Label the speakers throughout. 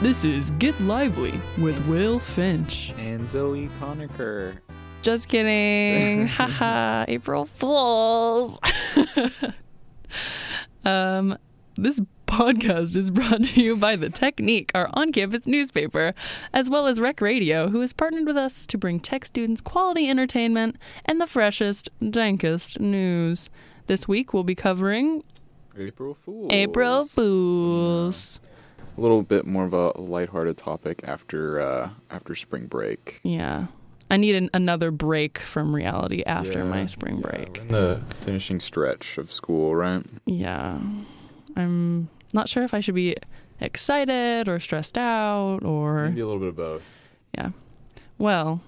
Speaker 1: This is Get Lively with Will Finch.
Speaker 2: and Zoe Conacher.
Speaker 3: Just kidding. Haha, April Fools. um, this podcast is brought to you by The Technique, our on campus newspaper, as well as Rec Radio, who has partnered with us to bring tech students quality entertainment and the freshest, dankest news. This week we'll be covering
Speaker 2: April Fool.
Speaker 3: April Fools.
Speaker 2: A little bit more of a lighthearted topic after uh, after spring break.
Speaker 3: Yeah. I need an, another break from reality after
Speaker 2: Yeah,
Speaker 3: my spring
Speaker 2: yeah,
Speaker 3: break.
Speaker 2: we're in the finishing stretch of school, right?
Speaker 3: Yeah. I'm not sure if I should be excited or stressed out or.
Speaker 2: Maybe a little bit of both.
Speaker 3: Yeah. Well,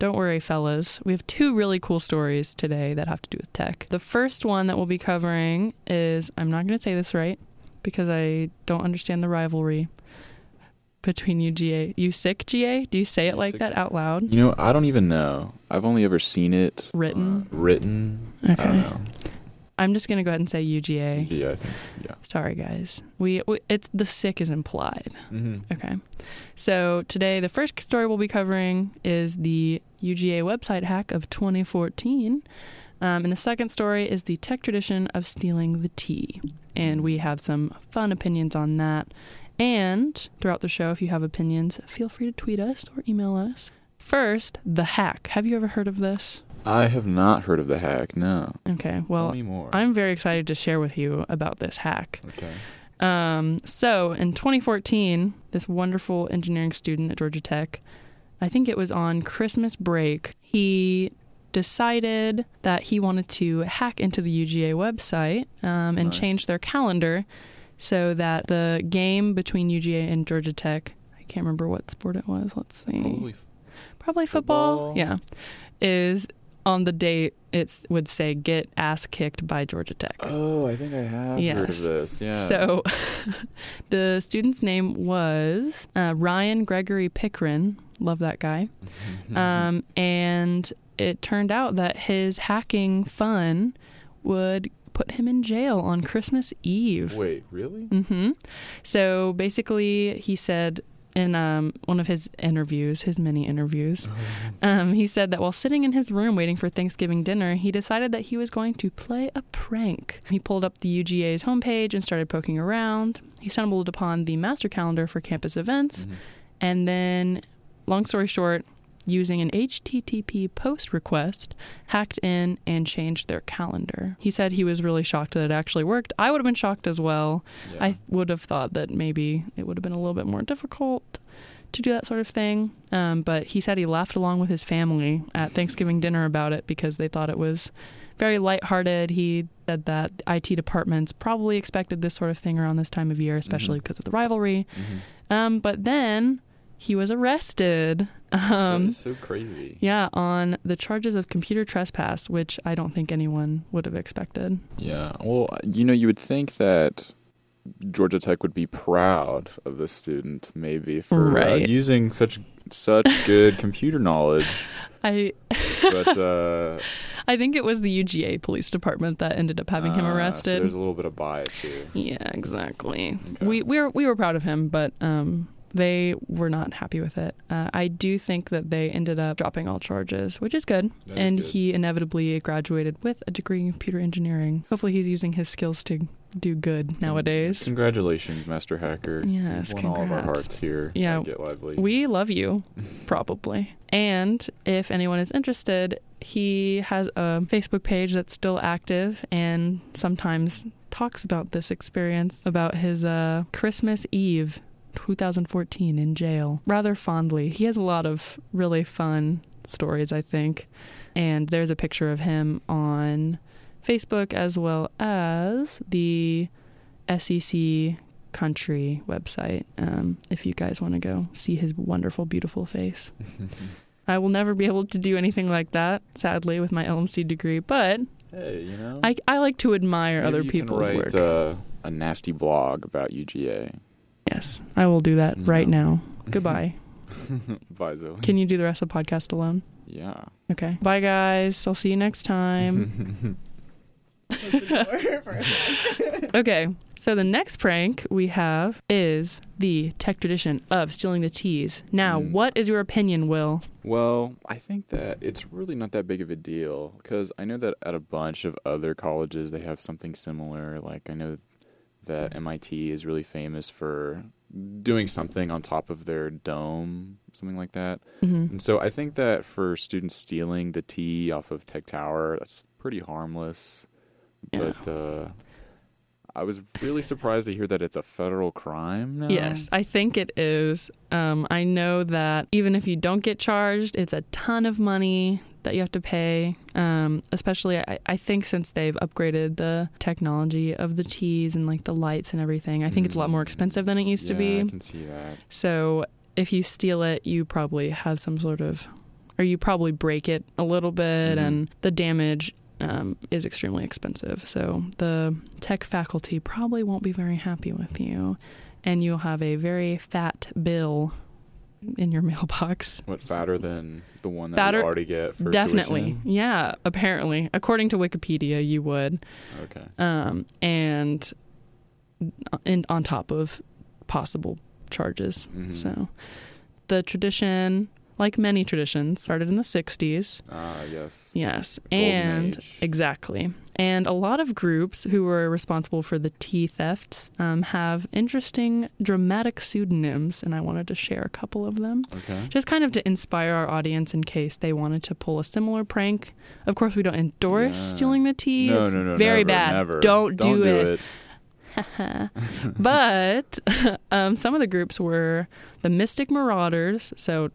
Speaker 3: don't worry, fellas. We have two really cool stories today that have to do with tech. The first one that we'll be covering is I'm not going to say this right because I don't understand the rivalry between UGA. You sick, GA? Do you say it
Speaker 2: You
Speaker 3: like
Speaker 2: sick,
Speaker 3: that
Speaker 2: GA?
Speaker 3: out loud?
Speaker 2: You know, I don't even know. I've only ever seen it
Speaker 3: Written?
Speaker 2: uh, written. I
Speaker 3: Okay.
Speaker 2: don't know.
Speaker 3: I'm just going to go ahead and say UGA.
Speaker 2: Yeah, I think. Yeah.
Speaker 3: Sorry, guys. We, we it's the sick is implied.
Speaker 2: Mm-hmm.
Speaker 3: Okay. So today, the first story we'll be covering is the UGA website hack of 2014. Um, and the second story is the tech tradition of stealing the tea. And we have some fun opinions on that. And throughout the show, if you have opinions, feel free to tweet us or email us. First, the hack. Have you ever heard of this?
Speaker 2: I have not heard of the hack. No.
Speaker 3: Okay.
Speaker 2: Tell
Speaker 3: Well,
Speaker 2: me more.
Speaker 3: I'm very excited to share with you about this hack.
Speaker 2: okay.
Speaker 3: Um, so in 2014, this wonderful engineering student at Georgia Tech, I think it was on Christmas break, he decided that he wanted to hack into the UGA website um, and
Speaker 2: Nice.
Speaker 3: change their calendar so that the game between UGA and Georgia Tech, I can't remember what sport it was, let's see.
Speaker 2: Probably
Speaker 3: Probably football.
Speaker 2: football.
Speaker 3: Yeah. Is on the date it would say get ass kicked by Georgia Tech.
Speaker 2: Oh, I think I have heard of
Speaker 3: Yes.
Speaker 2: this. Yeah.
Speaker 3: So the student's name was uh, Ryan Gregory Pickren. Love that guy.
Speaker 2: Mm-hmm.
Speaker 3: Um, and it turned out that his hacking fun would put him in jail on Christmas Eve.
Speaker 2: Wait, really?
Speaker 3: hmm So basically, he said in um, one of his interviews, his many interviews,
Speaker 2: Uh-huh.
Speaker 3: um, he said that while sitting in his room waiting for Thanksgiving dinner, he decided that he was going to play a prank. He pulled up the UGA's homepage and started poking around. He stumbled upon the master calendar for campus events,
Speaker 2: Mm-hmm.
Speaker 3: and then, long story short, using an HTTP post request, hacked in and changed their calendar. He said he was really shocked that it actually worked. I would have been shocked as well.
Speaker 2: Yeah.
Speaker 3: I would have thought that maybe it would have been a little bit more difficult to do that sort of thing. Um, but he said he laughed along with his family at Thanksgiving dinner about it because they thought it was very lighthearted. He said that IT departments probably expected this sort of thing around this time of year, especially because of the rivalry.
Speaker 2: Mm-hmm.
Speaker 3: Um, but then he was arrested. Um,
Speaker 2: that is so crazy.
Speaker 3: yeah, on the charges of computer trespass, which I don't think anyone would have expected.
Speaker 2: Yeah. Well, you know, you would think that Georgia Tech would be proud of the student, maybe for uh,
Speaker 3: Right.
Speaker 2: using such such good computer knowledge,
Speaker 3: I
Speaker 2: but uh,
Speaker 3: I think it was the UGA police department that ended up having him
Speaker 2: uh, so
Speaker 3: arrested.
Speaker 2: there's a little bit of bias here.
Speaker 3: yeah, exactly.
Speaker 2: Okay.
Speaker 3: We we were we were proud of him, but um they were not happy with it. Uh, I do think that they ended up dropping all charges, which is good.
Speaker 2: That is
Speaker 3: and
Speaker 2: good.
Speaker 3: he inevitably graduated with a degree in computer engineering. Hopefully, he's using his skills to do good nowadays.
Speaker 2: Congratulations, Master Hacker.
Speaker 3: Yes,
Speaker 2: You've won all of our
Speaker 3: congrats.
Speaker 2: hearts here.
Speaker 3: Yeah,
Speaker 2: at Get lively.
Speaker 3: We love you, probably. And if anyone is interested, he has a Facebook page that's still active and sometimes talks about this experience, about his uh, Christmas Eve 2014 in jail, rather fondly. He has a lot of really fun stories, I think. And there's a picture of him on Facebook as well as the E SEC country website um, if you guys want to go see his wonderful, beautiful face. I will never be able to do anything like that, sadly, with my LMC degree, but
Speaker 2: hey, you know,
Speaker 3: I, I like to admire
Speaker 2: maybe
Speaker 3: other
Speaker 2: you
Speaker 3: people's
Speaker 2: can
Speaker 3: work.
Speaker 2: write, Uh, a nasty blog about UGA.
Speaker 3: yes, I will do that right
Speaker 2: Yeah.
Speaker 3: now. Goodbye.
Speaker 2: Bye, Zoe.
Speaker 3: Can you do the rest of the podcast alone?
Speaker 2: yeah.
Speaker 3: Okay. Bye, guys. I'll see you next time. okay. So the next prank we have is the tech tradition of stealing the teas. Now,
Speaker 2: Mm.
Speaker 3: what is your opinion, Will?
Speaker 2: Well, I think that it's really not that big of a deal because I know that at a bunch of other colleges they have something similar. Like I know that MIT is really famous for doing something on top of their dome, something like that.
Speaker 3: Mm-hmm.
Speaker 2: And so I think that for students stealing the tea off of Tech Tower, that's pretty harmless.
Speaker 3: Yeah.
Speaker 2: But uh, I was really surprised to hear that it's a federal crime now.
Speaker 3: Yes, I think it is. Um, I know that even if you don't get charged, it's a ton of money that you have to pay. Um, especially, I, I think since they've upgraded the technology of the teas and like the lights and everything, I think it's a lot more
Speaker 2: Mm.
Speaker 3: expensive than it used to
Speaker 2: Yeah,
Speaker 3: be.
Speaker 2: I can see that.
Speaker 3: So if you steal it, you probably have some sort of, or you probably break it a little bit,
Speaker 2: Mhm.
Speaker 3: and the damage um, is extremely expensive. So the tech faculty probably won't be very happy with you, and you'll have a very fat bill in your mailbox.
Speaker 2: What fatter than the one that
Speaker 3: Fatter-
Speaker 2: we already get for
Speaker 3: Definitely.
Speaker 2: tuition?
Speaker 3: Yeah, apparently. According to Wikipedia, you would.
Speaker 2: Okay.
Speaker 3: Um, and, uh, and on top of possible charges.
Speaker 2: Mhm.
Speaker 3: So the tradition, like many traditions, started in the 60s.
Speaker 2: Ah, yes.
Speaker 3: Yes.
Speaker 2: Golden
Speaker 3: and
Speaker 2: age.
Speaker 3: exactly. And a lot of groups who were responsible for the tea thefts um, have interesting, dramatic pseudonyms, and I wanted to share a couple of them.
Speaker 2: Okay.
Speaker 3: Just kind of to inspire our audience in case they wanted to pull a similar prank. Of course, we don't endorse
Speaker 2: Yeah.
Speaker 3: stealing the tea.
Speaker 2: no,
Speaker 3: it's
Speaker 2: no, no.
Speaker 3: very
Speaker 2: never,
Speaker 3: bad.
Speaker 2: Never.
Speaker 3: Don't,
Speaker 2: do
Speaker 3: it. but um, some of the groups were the Mystic Marauders, so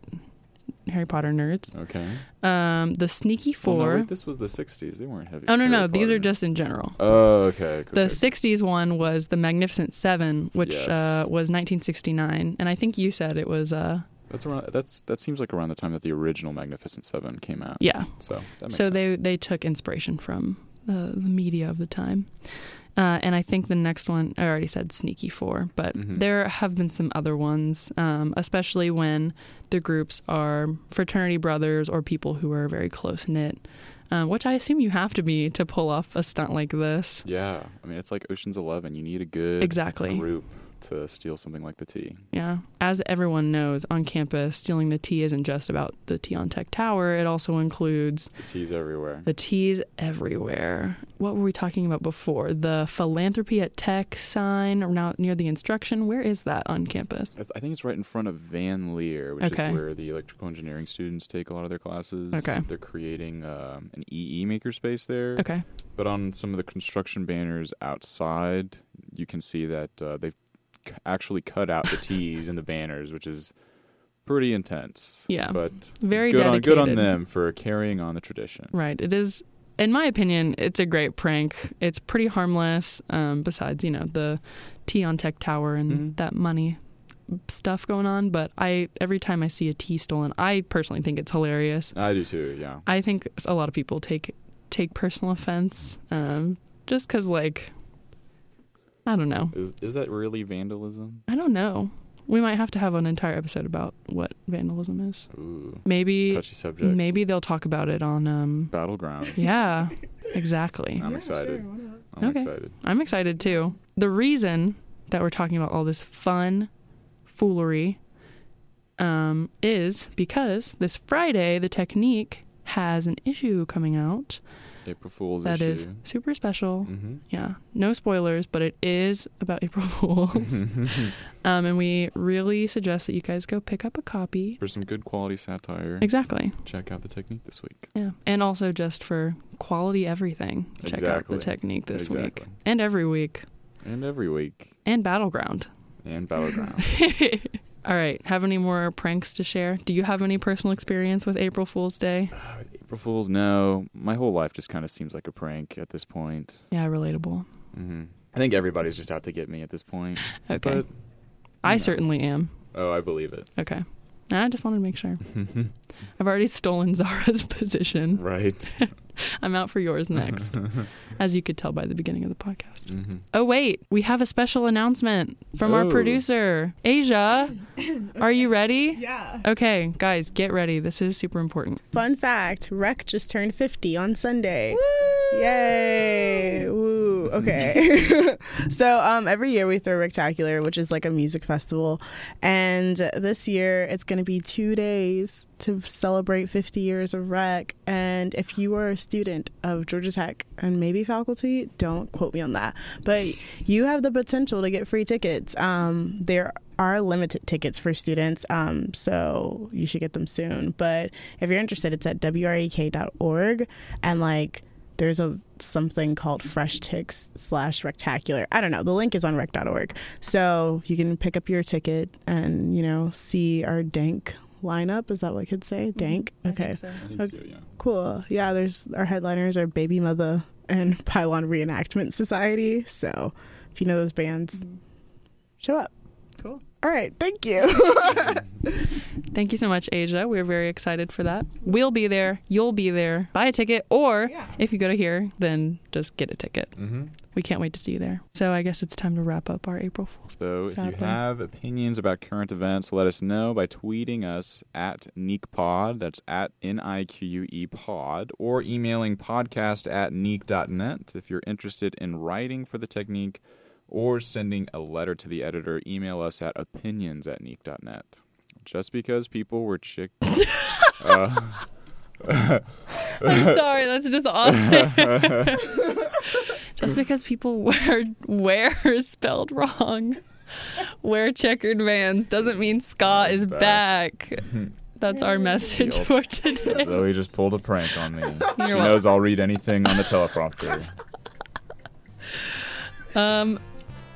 Speaker 3: Harry Potter nerds,
Speaker 2: Okay.
Speaker 3: um, the Sneaky
Speaker 2: Oh. Well,
Speaker 3: Four.
Speaker 2: no, wait, this was the 60s. They weren't heavy.
Speaker 3: oh, no,
Speaker 2: Harry
Speaker 3: no, these
Speaker 2: Potter.
Speaker 3: are just in general.
Speaker 2: Oh, okay.
Speaker 3: the
Speaker 2: okay.
Speaker 3: 60s one was the Magnificent Seven, which
Speaker 2: Yes.
Speaker 3: uh, was 1969. And I think you said it was, uh,
Speaker 2: That's around. That's that seems like around the time that the original Magnificent Seven came out.
Speaker 3: yeah.
Speaker 2: So that makes
Speaker 3: So
Speaker 2: sense.
Speaker 3: they, they took inspiration from the, the media of the time. Uh, and I think the next one, I already said Sneaky Four, but
Speaker 2: Mhm.
Speaker 3: there have been some other ones, um, especially when the groups are fraternity brothers or people who are very close knit, um, which I assume you have to be to pull off a stunt like this.
Speaker 2: Yeah, I mean it's like Ocean's Eleven. You need a good
Speaker 3: Exactly.
Speaker 2: group to steal something like the tea.
Speaker 3: Yeah. As everyone knows, on campus, stealing the tea isn't just about the tea on Tech Tower, it also includes
Speaker 2: The tea's everywhere.
Speaker 3: the teas everywhere. What were we talking about before? The philanthropy at Tech sign or now near the instruction. Where is that on campus?
Speaker 2: I th- I think it's right in front of Van Leer, which
Speaker 3: Okay.
Speaker 2: is where the electrical engineering students take a lot of their classes.
Speaker 3: Okay.
Speaker 2: They're creating um, an EE makerspace there.
Speaker 3: Okay.
Speaker 2: But on some of the construction banners outside, you can see that uh, they've c- actually cut out the T's in the banners, which is pretty intense.
Speaker 3: Yeah.
Speaker 2: But
Speaker 3: Very
Speaker 2: good on,
Speaker 3: dedicated.
Speaker 2: good on them for carrying on the tradition.
Speaker 3: Right. It is, in my opinion, it's a great prank. It's pretty harmless. Um, besides, you know, the tea on Tech Tower and
Speaker 2: Mhm.
Speaker 3: that money stuff going on. But I, every time I see a tea stolen, I personally think it's hilarious.
Speaker 2: I do too. Yeah.
Speaker 3: I think a lot of people take take personal offense, um, just because, like, I don't know.
Speaker 2: Is is that really vandalism?
Speaker 3: I don't know. We might have to have an entire episode about what vandalism is.
Speaker 2: Ooh,
Speaker 3: Maybe,
Speaker 2: touchy subject.
Speaker 3: maybe they'll talk about it on. Um,
Speaker 2: Battlegrounds.
Speaker 3: yeah, exactly.
Speaker 2: I'm excited. I'm
Speaker 3: Okay.
Speaker 2: excited.
Speaker 3: I'm excited too. The reason that we're talking about all this fun foolery um, is because this Friday, the technique has an issue coming out
Speaker 2: April Fool's
Speaker 3: that
Speaker 2: issue.
Speaker 3: is super special.
Speaker 2: Mhm.
Speaker 3: Yeah, no spoilers, but it is about April Fools. um, and we really suggest that you guys go pick up a copy.
Speaker 2: For some good quality satire,
Speaker 3: Exactly.
Speaker 2: check out the technique this week.
Speaker 3: Yeah. And also just for quality everything, check
Speaker 2: Exactly.
Speaker 3: out the technique this
Speaker 2: Exactly.
Speaker 3: week and every week
Speaker 2: And every week.
Speaker 3: and Battleground.
Speaker 2: And Battleground.
Speaker 3: All right. Have any more pranks to share? Do you have any personal experience with April Fool's Day?
Speaker 2: April Fools, no. My whole life just kind of seems like a prank at this point.
Speaker 3: Yeah, relatable.
Speaker 2: hmm I think everybody's just out to get me at this point.
Speaker 3: Okay.
Speaker 2: But,
Speaker 3: I
Speaker 2: no.
Speaker 3: certainly am.
Speaker 2: Oh, I believe it.
Speaker 3: Okay. I just wanted to make sure. I've already stolen Zara's position.
Speaker 2: right. Mm-hmm.
Speaker 3: I'm out for yours next, as you could tell by the beginning of the podcast.
Speaker 2: Mhm.
Speaker 3: Oh, wait. We have a special announcement from our
Speaker 2: Oh.
Speaker 3: producer, Asia. Are you ready?
Speaker 4: Yeah.
Speaker 3: Okay, guys, get ready. This is super important.
Speaker 4: Fun fact Rec just turned 50 on Sunday. Yay. Woo. Ooh, okay. so um, every year we throw Rectacular, which is like a music festival, and this year it's going to be two days to celebrate 50 years of Rec. And if you are a student of Georgia Tech and maybe faculty, don't quote me on that, but you have the potential to get free tickets. Um, there are limited tickets for students, um, so you should get them soon. But if you're interested, it's at wrek.org, and like there's a something called fresh ticks slash rectacular i don't know the link is on rec.org so you can pick up your ticket and you know see our dank lineup is that what kids say dank okay
Speaker 2: I think so, yeah.
Speaker 4: cool yeah there's our headliners are baby mother and pylon reenactment society so if you know those bands
Speaker 2: Mm-hmm.
Speaker 4: show up
Speaker 1: Cool.
Speaker 4: all right thank you
Speaker 3: Thank you so much, Asia. We're very excited for that. We'll be there. You'll be there. Buy a ticket, or if you go to here, then just get a ticket.
Speaker 2: Mm-hmm.
Speaker 3: We can't wait to see you there. So I guess it's time to wrap up our April Fool's.
Speaker 2: So
Speaker 3: It's
Speaker 2: if you
Speaker 3: happening.
Speaker 2: have opinions about current events, let us know by tweeting us at NeekPod, that's at N-I-Q-U-E E pod, or emailing podcast at neek.net if you're interested in writing for the technique or sending a letter to the editor, email us at opinions at neek.net. Just because people were chick... uh,
Speaker 3: I'm sorry, that's just awful. just because people wear wear is spelled wrong, wear checkered vans doesn't mean Scott
Speaker 2: Is
Speaker 3: is back.
Speaker 2: back.
Speaker 3: That's our message for today.
Speaker 2: Zoe just pulled a prank on me. she
Speaker 3: welcome.
Speaker 2: knows I'll read anything on the teleprompter.
Speaker 3: Um,